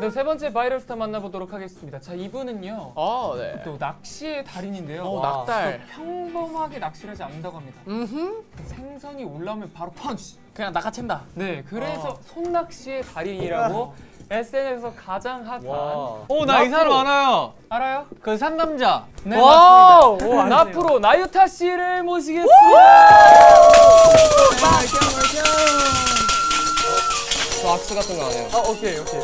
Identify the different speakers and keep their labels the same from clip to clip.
Speaker 1: 네, 세 번째 바이럴 스타 만나보도록 하겠습니다. 자, 이분은요.
Speaker 2: 아, 네.
Speaker 1: 또 낚시의 달인인데요.
Speaker 2: 어,
Speaker 1: 와,
Speaker 2: 낙달.
Speaker 1: 평범하게 낚시를 하지 않는다고 합니다.
Speaker 2: 음흠.
Speaker 1: 생선이 올라오면 바로 펀치.
Speaker 2: 그냥 낚아챈다. 어.
Speaker 1: 네, 그래서 손낚시의 달인이라고 SNS에서 가장 핫한
Speaker 2: 와.
Speaker 3: 오, 나 이 사람 알아요.
Speaker 1: 알아요?
Speaker 3: 그 상남자.
Speaker 1: 네,
Speaker 2: 와.
Speaker 1: 맞습니다. 나프로 나유타 씨를 모시겠습니다.
Speaker 3: 저 악수 같은 거 안 해요.
Speaker 1: 아, 오케이, 오케이.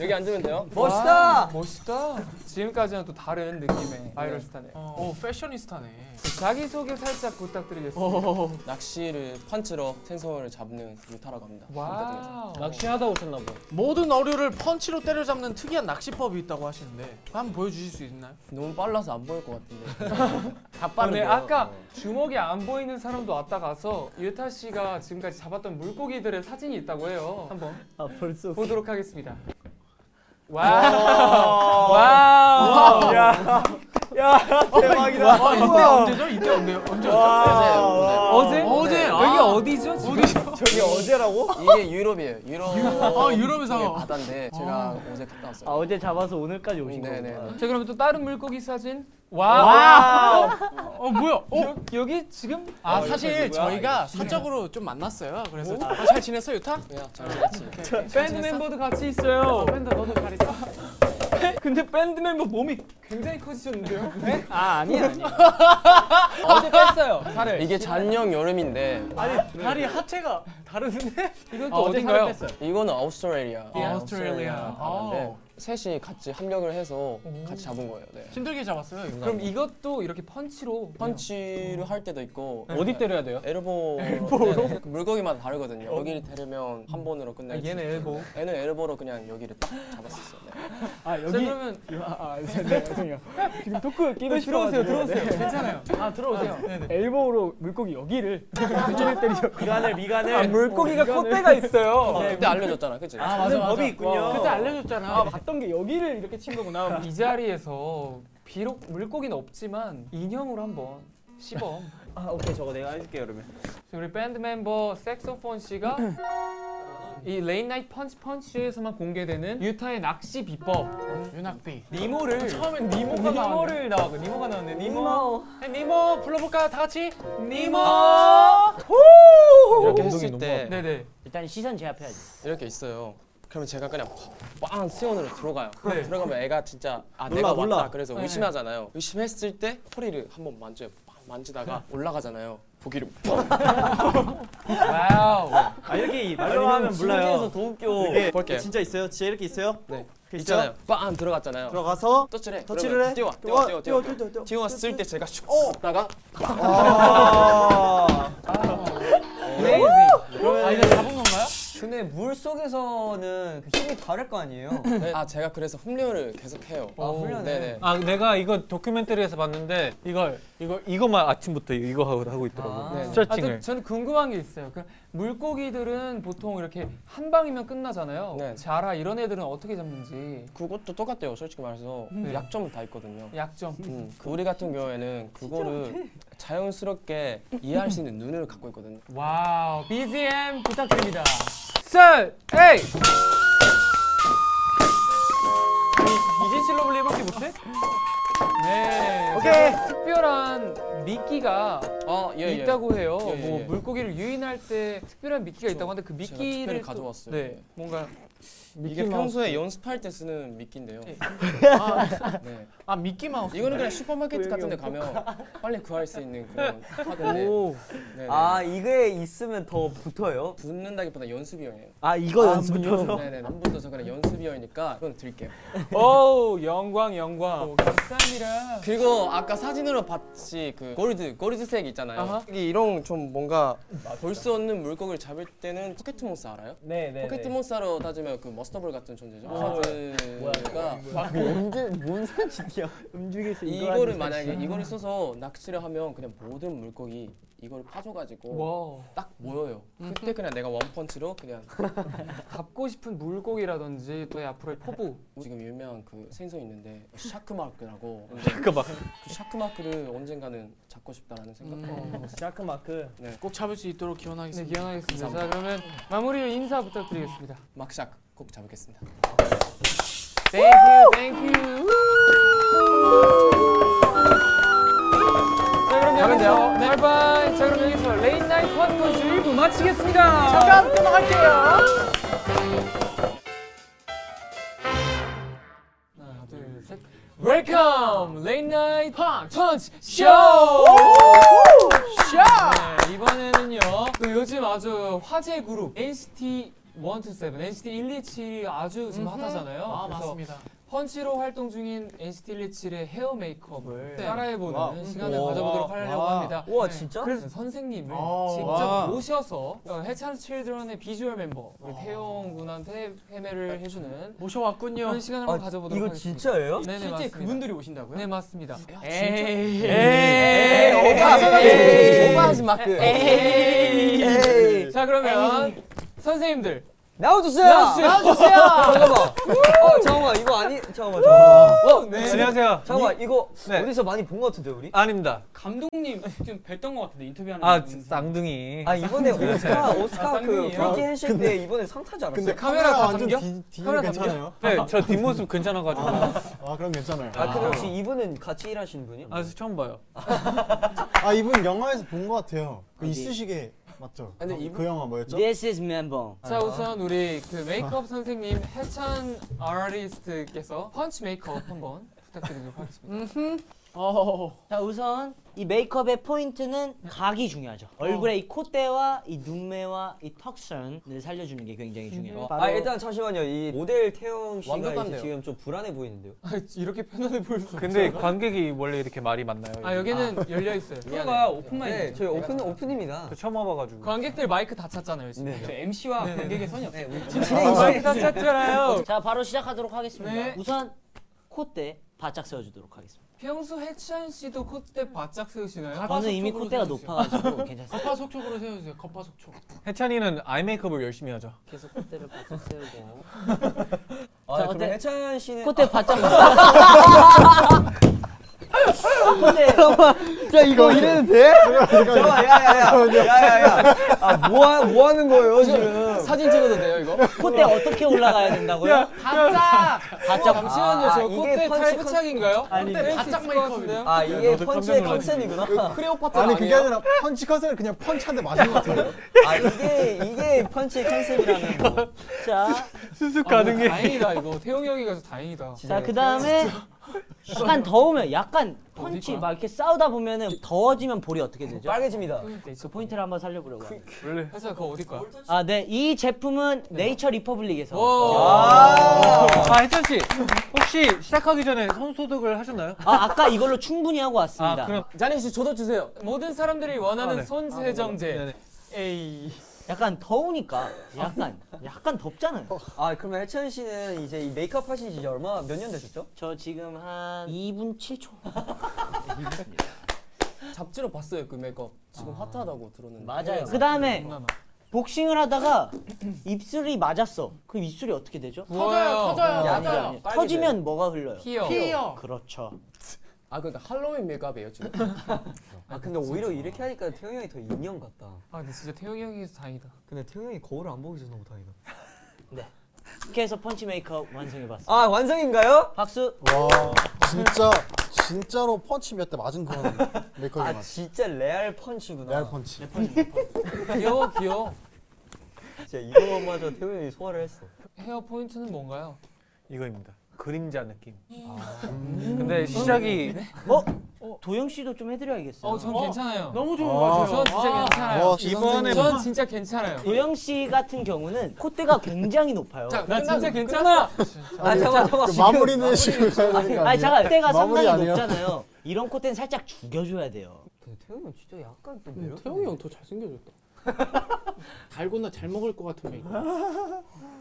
Speaker 3: 여기 앉으면 돼요.
Speaker 1: 멋있다. 멋있다. 지금까지는 또 다른 느낌의 바이럴 스타네.
Speaker 2: 오, 패셔니스타네.
Speaker 1: 자기 소개 살짝 부탁드리겠습니다.
Speaker 2: 어.
Speaker 4: 낚시를 펀치로 생선을 잡는 유타라고 합니다.
Speaker 1: 와우.
Speaker 3: 낚시하다 오셨나 봐.
Speaker 2: 모든 어류를 펀치로 때려잡는 특이한 낚시법이 있다고 하시는데 한번 보여주실 수 있나요?
Speaker 4: 너무 빨라서 안 보일 것 같은데.
Speaker 2: 다
Speaker 1: 아, 네,
Speaker 2: 빠르네요.
Speaker 1: 아까 주먹이 안 보이는 사람도 왔다 가서 유타 씨가 지금까지 잡았던 물고기들의 사진이 있다고 해요. 한번
Speaker 3: 아, 벌써.
Speaker 1: 보도록 하겠습니다. 와우. 와우.
Speaker 2: 대박이다. 와, 이때 언제죠? 이때 언제? 언제?
Speaker 1: 어제?
Speaker 2: 어제,
Speaker 1: 여기
Speaker 2: 아.
Speaker 1: 어디죠? 지금?
Speaker 5: 저기 어제라고?
Speaker 4: 이게 유럽이에요. 유럽.
Speaker 2: 아, 유럽에서.
Speaker 4: 이게 바다인데 제가 어제 갔다 왔어요.
Speaker 3: 어제 잡아서 오늘까지 오신
Speaker 4: 네네.
Speaker 1: 자, 그럼 또 다른 물고기 사진. 와.
Speaker 2: 어, 뭐야? 어?
Speaker 1: 여, 여기 지금
Speaker 2: 아,
Speaker 4: 어,
Speaker 2: 사실
Speaker 4: 이거 누구야?
Speaker 2: 저희가 사적으로 좀 만났어요. 그래서 어, 잘 지냈어, 유타?
Speaker 4: 그냥 저랑 같이.
Speaker 1: 밴드 멤버도 같이 있어요. 아, 밴드 너도 같이 있어. 근데 밴드 멤버 몸이 굉장히 커지셨는데요? 네?
Speaker 3: 아, 아니, 아니.
Speaker 1: 어제 뺐어요. 살을.
Speaker 4: 아, 이게 잔영 여름인데
Speaker 3: 다리 하체가 다른데?
Speaker 1: 이건 또
Speaker 3: 아, 어제 살을
Speaker 1: 어딘가요?
Speaker 3: 뺐어요.
Speaker 4: 이거는 오스트레일리아.
Speaker 2: 예,
Speaker 4: 아,
Speaker 2: 오스트레일리아.
Speaker 4: 바다인데 셋이 같이 합력을 해서 같이 잡은 거예요. 네.
Speaker 2: 힘들게 잡았어요. 이거.
Speaker 1: 그럼 이것도 이렇게 펀치로
Speaker 4: 펀치를 할 때도 있고
Speaker 3: 어디 때려야 돼요?
Speaker 4: 엘보 엘보로 물고기마다 다르거든요. 여기를 때리면 한 번으로
Speaker 1: 아,
Speaker 4: 끝내고
Speaker 1: 얘는 엘보.
Speaker 4: 얘는 엘보로 그냥 여기를 딱 잡았었어요. 네.
Speaker 3: 아,
Speaker 1: 자 그러면
Speaker 3: 아, 아, 죄송해요. 지금 토크 끼고
Speaker 1: 네, 들어오세요,
Speaker 3: 싶어가지고.
Speaker 1: 들어오세요. 괜찮아요.
Speaker 3: 아, 들어오세요. 엘보로 물고기 여기를 여기를 때리죠.
Speaker 5: 미간을 미간을 아,
Speaker 1: 물고기가 콧대가 있어요. 네.
Speaker 4: 그때 알려줬잖아, 그치?
Speaker 2: 아, 맞아, 맞아.
Speaker 5: 법이
Speaker 6: 어.
Speaker 5: 있군요.
Speaker 2: 그때 알려줬잖아.
Speaker 3: 아, 봤던 게 여기를 이렇게 친 거구나.
Speaker 1: 이 자리에서 비록 물고기는 없지만 인형으로 한번 시범.
Speaker 5: 아, 오케이 저거 내가 해줄게
Speaker 3: 어.
Speaker 5: 그러면.
Speaker 1: 지금 우리 밴드 멤버 색소폰 씨가 이 레인나이트 펀치 펀치에서만 공개되는 유타의 낚시 비법
Speaker 2: 윤학비.
Speaker 1: 니모를 어,
Speaker 2: 처음엔 니모가 나왔네.
Speaker 1: 니모를 나왔고 니모가 나왔네
Speaker 3: 어.
Speaker 1: 니모
Speaker 2: 니모 불러볼까? 다 같이?
Speaker 1: 니모
Speaker 4: 이렇게 했을 때
Speaker 1: 네네
Speaker 3: 일단 시선 제압해야지.
Speaker 4: 이렇게 있어요. 그러면 제가 그냥 빵 수원으로 들어가요.
Speaker 1: 네.
Speaker 4: 들어가면 애가 진짜 아
Speaker 5: 놀라,
Speaker 4: 내가 왔다
Speaker 5: 놀라.
Speaker 4: 그래서
Speaker 1: 네.
Speaker 4: 의심하잖아요. 의심했을 때 허리를 한번 만져요. 빵 만지다가 올라가잖아요. 보기를 뻥
Speaker 1: 와우
Speaker 5: 아 이렇게 말로 하면 몰라요.
Speaker 4: 더 웃겨.
Speaker 6: 네.
Speaker 5: 이게
Speaker 4: 볼게요.
Speaker 5: 진짜 있어요? 진짜 이렇게 있어요?
Speaker 4: 네.
Speaker 5: 이렇게 있어요?
Speaker 4: 있잖아요. 빵 들어갔잖아요.
Speaker 5: 들어가서
Speaker 4: 터치를 해.
Speaker 5: 터치를
Speaker 4: 그러면
Speaker 5: 해.
Speaker 4: 뛰어와. 뛰어와. 뛰어와. 뛰어와.
Speaker 5: 뛰어 뛰어 뛰어.
Speaker 4: 뛰어왔을 때 제가 슉 다가
Speaker 5: 아.
Speaker 1: 레이징
Speaker 2: 아, 이거 잡은 건가요?
Speaker 6: 근데 물 속에서는 그 힘이 다를 거 아니에요?
Speaker 4: 아 제가 그래서 훈련을 계속 해요.
Speaker 6: 아, 훈련을?
Speaker 4: 네네.
Speaker 3: 아, 내가 이거 도큐멘터리에서 봤는데 이걸 이거 이거만 아침부터 이거 하고 하고 있더라고.
Speaker 6: 아.
Speaker 3: 요
Speaker 1: 아, 저,
Speaker 3: 스트레칭을.
Speaker 1: 저는 궁금한 게 있어요 그 물고기들은 보통 이렇게 한 방이면 끝나잖아요
Speaker 4: 네.
Speaker 1: 자라 이런 애들은 어떻게 잡는지
Speaker 4: 그것도 똑같아요. 솔직히 말해서
Speaker 6: 음.
Speaker 4: 그
Speaker 1: 네.
Speaker 4: 약점은 다 있거든요.
Speaker 1: 약점
Speaker 4: 음, 그 우리 같은 경우에는 그거를 자연스럽게 이해할 수 있는 눈을 갖고 있거든요.
Speaker 1: 와우 BGM 부탁드립니다 썰 에이 이진실로 불리밖에 못해? 네
Speaker 5: 오케이.
Speaker 1: 특별한 미끼가
Speaker 4: 아, 예, 예.
Speaker 1: 있다고 해요
Speaker 4: 예, 예,
Speaker 1: 뭐
Speaker 4: 예.
Speaker 1: 물고기를 유인할 때 특별한 미끼가 있다고 하는데 그
Speaker 4: 제가
Speaker 1: 미끼를
Speaker 4: 특별히
Speaker 1: 또-
Speaker 4: 가져왔어요.
Speaker 1: 네 뭔가
Speaker 4: 이게 평소에 연습할 때 쓰는 미끼인데요.
Speaker 1: 예.
Speaker 4: 네.
Speaker 2: 아, 미끼 마우스.
Speaker 4: 이거는 그냥 슈퍼마켓 같은 데 가면 빨리 구할 수 있는 그런 카드인데
Speaker 2: 오.
Speaker 4: 네, 네.
Speaker 6: 아 이거에 있으면 더 붙어요?
Speaker 4: 붙는다기보다 연습이형이에요.
Speaker 6: 아 이거 연습이어서?
Speaker 4: 네네. 안 붙어서 그냥 연습이형이니까 이건 드릴게요.
Speaker 1: 어우 영광 영광 감사합니다
Speaker 4: 그리고 아까 사진으로 봤지 그 골드 골드색 있잖아요.
Speaker 1: 아하.
Speaker 4: 이게 이런 좀 뭔가 아, 볼 수 없는 물고기를 잡을 때는 포켓몬스 알아요?
Speaker 6: 네네
Speaker 4: 포켓몬스타로 따지면 그 머스터볼 같은 존재죠. 카드가
Speaker 6: 뭐
Speaker 7: 뭔지 뭔 사진이야? 음중에서
Speaker 4: 이거를 만약에 이거를 써서 낚시를 하면 그냥 모든 물고기 이거를 파줘가지고
Speaker 1: 와
Speaker 4: 딱 모여요. 그때 그냥 내가 원펀치로 그냥
Speaker 1: 잡고 싶은 물고기라든지 또 앞으로의 포부
Speaker 4: 지금 유명한 그 생선 있는데 샤크마크라고
Speaker 3: 잠깐만.
Speaker 4: 그 샤크마크를 언젠가는 잡고 싶다라는 생각.
Speaker 6: 음.
Speaker 7: 샤크 마크.
Speaker 2: 꼭 잡을 수 있도록
Speaker 1: 네,
Speaker 2: 기원하겠습니다.
Speaker 1: 기원하겠습니다. 자 그러면 마무리로 인사 부탁드리겠습니다.
Speaker 4: 막샥 꼭 잡겠습니다.
Speaker 1: 땡큐 땡큐 자 그럼 여기서 네. 바이바이 자 그럼 여기서 레인나잇 컨텐츠 1부 마치겠습니다 잠깐 끊어갈게요 웰컴 레인나잇 펀치 쇼! 쇼! 네, 이번에는요 그 요즘 아주 화제 그룹 NCT 127, NCT 127이 아주 지금 핫하잖아요
Speaker 2: 아
Speaker 1: 그래서
Speaker 2: 맞습니다.
Speaker 1: 펀치로 활동 중인 NCT 127의 헤어 메이크업을 따라해보는
Speaker 5: 와.
Speaker 1: 시간을
Speaker 5: 우와.
Speaker 1: 가져보도록 하려고
Speaker 5: 와.
Speaker 1: 합니다.
Speaker 6: 우와, 진짜?
Speaker 1: 그래서 선생님을
Speaker 2: 아,
Speaker 1: 직접
Speaker 2: 와.
Speaker 1: 모셔서 어, 해찬 칠드런의 비주얼 멤버 우리 태용 군한테 헤매를 해주는
Speaker 2: 모셔왔군요.
Speaker 1: 그런 시간을 한번 가져보도록
Speaker 6: 이거
Speaker 1: 하겠습니다.
Speaker 6: 진짜예요?
Speaker 1: 네네, 맞습니다.
Speaker 4: 오신다고요?
Speaker 1: 네 맞습니다.
Speaker 4: 에이.
Speaker 1: 에이,
Speaker 6: 에이.
Speaker 4: 오바하지 마. 그.
Speaker 1: 에이.
Speaker 6: 에이.
Speaker 1: 자 그러면 선생님들
Speaker 6: 나와주세요.
Speaker 1: 나와주세요.
Speaker 6: 잠깐만. 어 잠깐만 이거 아니 잠깐만 잠깐만.
Speaker 1: 어, 네.
Speaker 3: 안녕하세요.
Speaker 6: 잠깐만 이거
Speaker 3: 네.
Speaker 6: 어디서 많이 본 것 같은데 우리?
Speaker 3: 아닙니다.
Speaker 5: 감독님 좀 뵀던 것 같은데 인터뷰하는
Speaker 3: 아 쌍둥이.
Speaker 6: 아 이번에 오스카 오스카 그
Speaker 1: 쌍둥이에요.
Speaker 6: 브레이키 handshake 때 이번에 상 타지 않았어요?
Speaker 1: 카메라 다 담겨?
Speaker 7: 뒤
Speaker 1: 카메라 담겨?
Speaker 7: 괜찮아요?
Speaker 3: 네, 저 뒷모습 괜찮아가지고. 아,
Speaker 7: 아 그럼 괜찮아요.
Speaker 6: 아 근데 혹시 이분은 같이 일하시는 분이요?
Speaker 3: 아 처음 봐요.
Speaker 7: 아 이분 영화에서 본 것 같아요. 그 이쑤시개 맞죠?
Speaker 4: 근데
Speaker 7: 어,
Speaker 4: 이분-
Speaker 7: 그 영화 뭐였죠?
Speaker 6: This is 멤버.
Speaker 1: 자 우선 우리 그 메이크업 선생님 해찬 아티스트께서 펀치 메이크업 한번 부탁드리도록 하겠습니다.
Speaker 8: 음, 자 우선 이 메이크업의 포인트는 각이 중요하죠. 얼굴의 이 콧대와 이 눈매와 이 턱선을 살려주는 게 굉장히 중요해요. 바로
Speaker 6: 아 일단 잠시만요. 이 모델 태영 씨가
Speaker 4: 완벽한데요.
Speaker 6: 이제 지금 좀 불안해 보이는데요.
Speaker 1: 아, 이렇게 편안해 보일 수
Speaker 3: 근데 관객이 원래 이렇게 말이 많나요?
Speaker 1: 아 여기는 열려 있어요.
Speaker 8: 코가 오픈만
Speaker 6: 네, 저희 오픈 오픈입니다.
Speaker 3: 저 처음 와봐가지고.
Speaker 1: 관객들 마이크 다 찼잖아요 지금.
Speaker 3: 네.
Speaker 8: 네, MC와 관객의
Speaker 6: 네.
Speaker 8: 선이 없어요.
Speaker 1: 마이크 다 찼잖아요.
Speaker 8: 자 바로 시작하도록 하겠습니다.
Speaker 1: 네.
Speaker 8: 우선 콧대 바짝 세워주도록 하겠습니다.
Speaker 1: 평소 해찬 씨도 콧대 바짝 세우시나요?
Speaker 8: 저는 이미
Speaker 2: 쪽으로
Speaker 8: 콧대가
Speaker 2: 세워주세요.
Speaker 8: 높아가지고 괜찮습니다.
Speaker 2: 겉바속촉으로 세워주세요. 겉바속촉.
Speaker 3: 해찬이는 아이 메이크업을 열심히 하죠.
Speaker 8: 계속 콧대를 바짝 세우고
Speaker 6: 아,
Speaker 8: 자,
Speaker 6: 그럼
Speaker 8: 어때?
Speaker 6: 해찬 씨는 아,
Speaker 8: 콧대 바짝. 콧대
Speaker 7: 야 이거 이래도 돼?
Speaker 6: 잠깐만 야야야야야야. 아뭐뭐 하는 거예요 지금?
Speaker 4: 사진 찍어도 돼요 이거?
Speaker 8: 콧대 어떻게 어, 올라가야 된다고요?
Speaker 1: 바짝.
Speaker 8: 바짝.
Speaker 1: 잠시만요. 저
Speaker 6: 아, 이게
Speaker 1: 콧대
Speaker 6: 펀치
Speaker 1: 탈부착인가요? 콧대 바짝 메이크업인데요?
Speaker 6: 아 이게
Speaker 3: 너도 깜짝
Speaker 6: 펀치의
Speaker 3: 놀랐지.
Speaker 6: 컨셉이구나.
Speaker 1: 크레오파트라
Speaker 7: 아니 그게
Speaker 1: 아니에요?
Speaker 7: 아니라 펀치 컨셉을 그냥 펀치한데 맞은 것 같아요.
Speaker 6: 아 이게 이게 펀치의 컨셉이라는 거.
Speaker 8: 자,
Speaker 3: 수습
Speaker 1: 아,
Speaker 3: 가능해.
Speaker 1: 다행이다 이거 태용이 형이 가서 다행이다.
Speaker 8: 자그 다음에 약간 더우면 약간
Speaker 1: 어디
Speaker 8: 펀치
Speaker 1: 거야?
Speaker 8: 막 이렇게 싸우다 보면은 더워지면 볼이 어떻게 되죠?
Speaker 6: 빨개집니다.
Speaker 1: 네,
Speaker 8: 그 포인트를 한번 살려보려고 합니다.
Speaker 1: 해찬 그거 어디 거야?
Speaker 8: 아, 네. 이 제품은 네이처 어? 리퍼블릭에서.
Speaker 1: 오.
Speaker 3: 아 해찬 씨 혹시 시작하기 전에 손 소독을 하셨나요?
Speaker 8: 아, 아까 이걸로 충분히 하고 왔습니다.
Speaker 3: 아 그럼
Speaker 4: 자네 씨 저도 주세요.
Speaker 1: 모든 사람들이
Speaker 3: 아,
Speaker 1: 원하는
Speaker 3: 네.
Speaker 1: 손 세정제.
Speaker 3: 네네.
Speaker 1: 에이.
Speaker 8: 약간 더우니까 약간 약간 덥잖아요.
Speaker 6: 아 그러면 해찬 씨는 이제 이 메이크업 하신 지 이제 얼마 몇 년 되셨죠?
Speaker 8: 저 지금 한 2분 7초.
Speaker 4: 잡지로 봤어요 그 메이크업. 지금
Speaker 1: 아.
Speaker 4: 핫하다고 들었는데.
Speaker 8: 맞아요. 그다음에 복싱을 하다가 입술이 맞았어. 그럼 입술이 어떻게 되죠?
Speaker 1: 터져요. 터져요.
Speaker 6: 야,
Speaker 8: 아니죠, 아니죠. 터지면 뭐가 흘러요?
Speaker 1: 피어.
Speaker 8: 그렇죠.
Speaker 4: 아 그러니까 할로윈 메이크업이에요 지금.
Speaker 6: 아 근데 오히려 이렇게 하니까 태영 형이 더 인형 같다.
Speaker 1: 아 근데 진짜 태용이 형이서 다행이다.
Speaker 6: 근데 태영 형이 거울을 안 보고 계셔서 너무 다행이다.
Speaker 8: 이렇게 해서 펀치 메이크업 완성해봤어요.
Speaker 6: 아 완성인가요?
Speaker 8: 박수.
Speaker 7: 와 뭐, 아, 진짜 진짜로 펀치 몇 대 맞은 그런 메이크업이
Speaker 6: 아
Speaker 7: 맞아.
Speaker 6: 진짜 레알 펀치구나.
Speaker 7: 레알 펀치.
Speaker 1: 귀여워 귀여워.
Speaker 6: 진짜 이거마저 태우 형이 소화를 했어.
Speaker 1: 헤어 포인트는 뭔가요?
Speaker 3: 이거입니다. 그림자 느낌.
Speaker 6: 음.
Speaker 3: 음, 근데 시작이
Speaker 8: 도영 씨도 좀 해드려야겠어요.
Speaker 1: 어. 어전 괜찮아요. 어,
Speaker 2: 너무 좋은 것
Speaker 7: 아.
Speaker 1: 전
Speaker 2: 같아요.
Speaker 1: 진짜
Speaker 2: 아.
Speaker 1: 괜찮아요.
Speaker 7: 와, 진짜
Speaker 3: 이번에
Speaker 7: 선생님.
Speaker 1: 전 진짜 괜찮아요.
Speaker 8: 도영 씨 같은 경우는 콧대가 굉장히 높아요.
Speaker 1: 나 진짜 괜찮아.
Speaker 6: 아 잠깐
Speaker 7: 그
Speaker 6: 잠깐.
Speaker 7: 마무리는 지금 해야 되는 거 아니에요?
Speaker 8: 네. 아니 잠깐 콧대가
Speaker 7: 마무리
Speaker 8: 상당히
Speaker 7: 아니에요?
Speaker 8: 높잖아요. 이런 콧대는 살짝 죽여줘야 돼요.
Speaker 2: 음,
Speaker 6: 근데 음, 태우 형 진짜 약간 또 매력.
Speaker 4: 태용이 형 더 잘생겨졌다.
Speaker 2: 달고나 잘 먹을 것 같은 메이크업.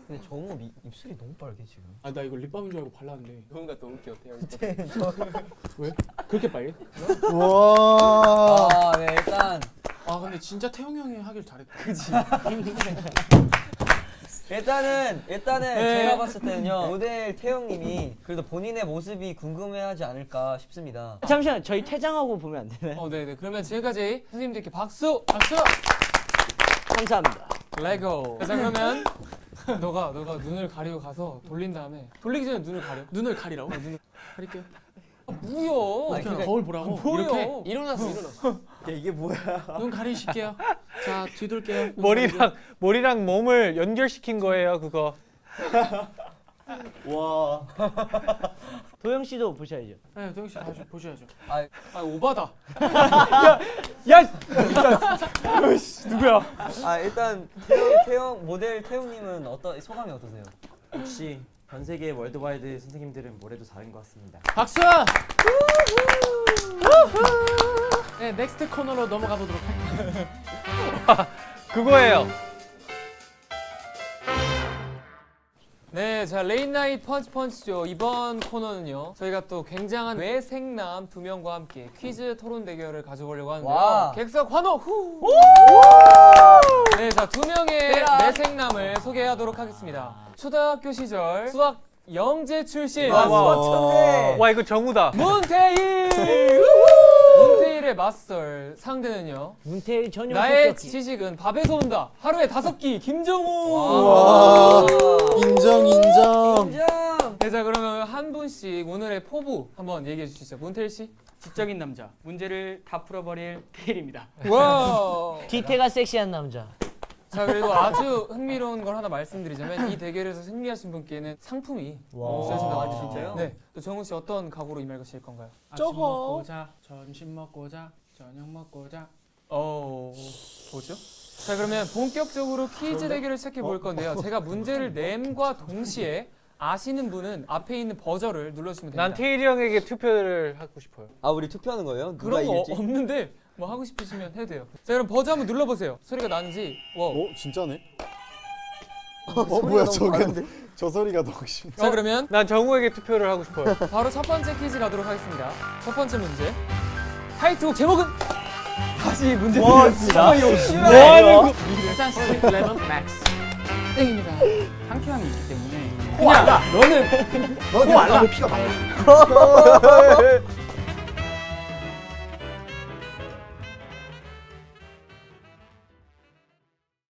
Speaker 6: 근데 정우 미- 입술이 너무 빨개 지금.
Speaker 2: 아나 이거 립밤인 줄 알고 발랐는데
Speaker 4: 뭔가 너무 귀엽대요.
Speaker 2: 그렇게 빨리?
Speaker 7: 와.
Speaker 6: 아, 네 일단
Speaker 2: 아 근데 진짜 태용 형이 하길 잘했다. 네.
Speaker 6: 일단은 일단은
Speaker 3: 네.
Speaker 6: 제가 봤을 때는요 모델 태용님이 그래도 본인의 모습이 궁금해하지 않을까 싶습니다.
Speaker 8: 잠시만 저희 퇴장하고 보면 안 되나요?
Speaker 1: 어, 네네. 그러면 지금까지 선생님들께 박수!
Speaker 2: 박수!
Speaker 8: 감사합니다.
Speaker 1: 레고. 자, 그러면 너가, 너가 눈을 가리고 가서 돌린 다음에 돌리기 전에 눈을 가려.
Speaker 2: 눈을 가리라고?
Speaker 1: 가릴게요. 아, 뭐야?
Speaker 6: 아니, 그러니까
Speaker 2: 거울 보라고?
Speaker 1: 뭐야?
Speaker 2: 일어났어 일어났어.
Speaker 6: 이게 뭐야?
Speaker 2: 눈 가리실게요. 자 뒤돌게요. 눈
Speaker 3: 머리랑 머리랑 몸을 연결시킨 거예요 그거.
Speaker 8: 도영 씨도 보셔야죠.
Speaker 2: 네, 도영 씨 다시 보셔야죠.
Speaker 6: 아,
Speaker 2: 아, 오바다.
Speaker 6: 아 일단 태용, 태용 모델 태용님은 어떤 소감이 어떠세요?
Speaker 9: 역시 전 세계 월드와이드 선생님들은 뭐래도 잘한 것 같습니다.
Speaker 2: 박수! 네, 넥스트 코너로 넘어가 보도록 할게요.
Speaker 3: 그거예요.
Speaker 1: 네, 자, 레인나잇 펀치펀치죠. 이번 코너는요, 저희가 또 굉장한 외생남 두 명과 함께 퀴즈 토론 대결을 가져보려고 하는데요.
Speaker 6: 와.
Speaker 1: 객석 환호! 후! 네, 자, 두 명의 외생남을 소개하도록 하겠습니다. 초등학교 시절 수학 영재 출신
Speaker 6: 와,
Speaker 7: 와.
Speaker 6: 수학천재.
Speaker 3: 와 이거 정우다.
Speaker 1: 문태일! 문태일의 맞설 상대는요,
Speaker 8: 문태일 전용
Speaker 1: 나의
Speaker 8: 성격이.
Speaker 1: 지식은 밥에서 온다. 하루에 다섯 끼 김정우!
Speaker 7: 와.
Speaker 6: 아.
Speaker 7: 인정 인정.
Speaker 6: 인정.
Speaker 1: 네, 자 그러면 한 분씩 오늘의 포부 한번 얘기해 주시죠. 문태일 씨.
Speaker 5: 지적인 남자 문제를 다 풀어버릴 테일입니다.
Speaker 1: 와.
Speaker 8: 뒤태가 섹시한 남자.
Speaker 1: 자 그리고 아주 흥미로운 걸 하나 말씀드리자면 이 대결에서 승리하신 분께는 상품이 쏘신다고
Speaker 6: 아,
Speaker 1: 합니다.
Speaker 6: 진짜요?
Speaker 1: 네. 또 정우 씨 어떤 각오로 임하실 건가요?
Speaker 2: 아침
Speaker 7: 저거.
Speaker 2: 먹고 자, 점심 먹고 자, 저녁 먹고 자.
Speaker 1: 어. 뭐죠? 자 그러면 본격적으로 퀴즈 대결을 시작해
Speaker 6: 어?
Speaker 1: 볼 건데요. 제가 문제를 냄과 동시에 아시는 분은 앞에 있는 버저를 눌러주시면 됩니다.
Speaker 3: 난 태일이 형에게 투표를 하고 싶어요.
Speaker 6: 아 우리 투표하는 거예요? 누가
Speaker 1: 그런 거
Speaker 6: 이길지?
Speaker 1: 없는데 뭐 하고 싶으시면 해도 돼요. 자 그럼 버저 한번 눌러보세요. 소리가 나는지. 와.
Speaker 7: 오 진짜네. 어 뭐야 저게 저 소리가 너무 심.
Speaker 1: 자 그러면
Speaker 3: 어, 난 정우에게 투표를 하고 싶어요.
Speaker 1: 바로 첫 번째 퀴즈 가도록 하겠습니다. 첫 번째 문제. 타이틀곡 제목은 다시 문제 드리겠습니다.
Speaker 3: 뭐하는 거?
Speaker 5: 일단 시즌 11 맥스 땡입니다. 상쾌함이 있기
Speaker 3: 어,
Speaker 5: 때문에
Speaker 7: 너는 너 알라. 피가 많아.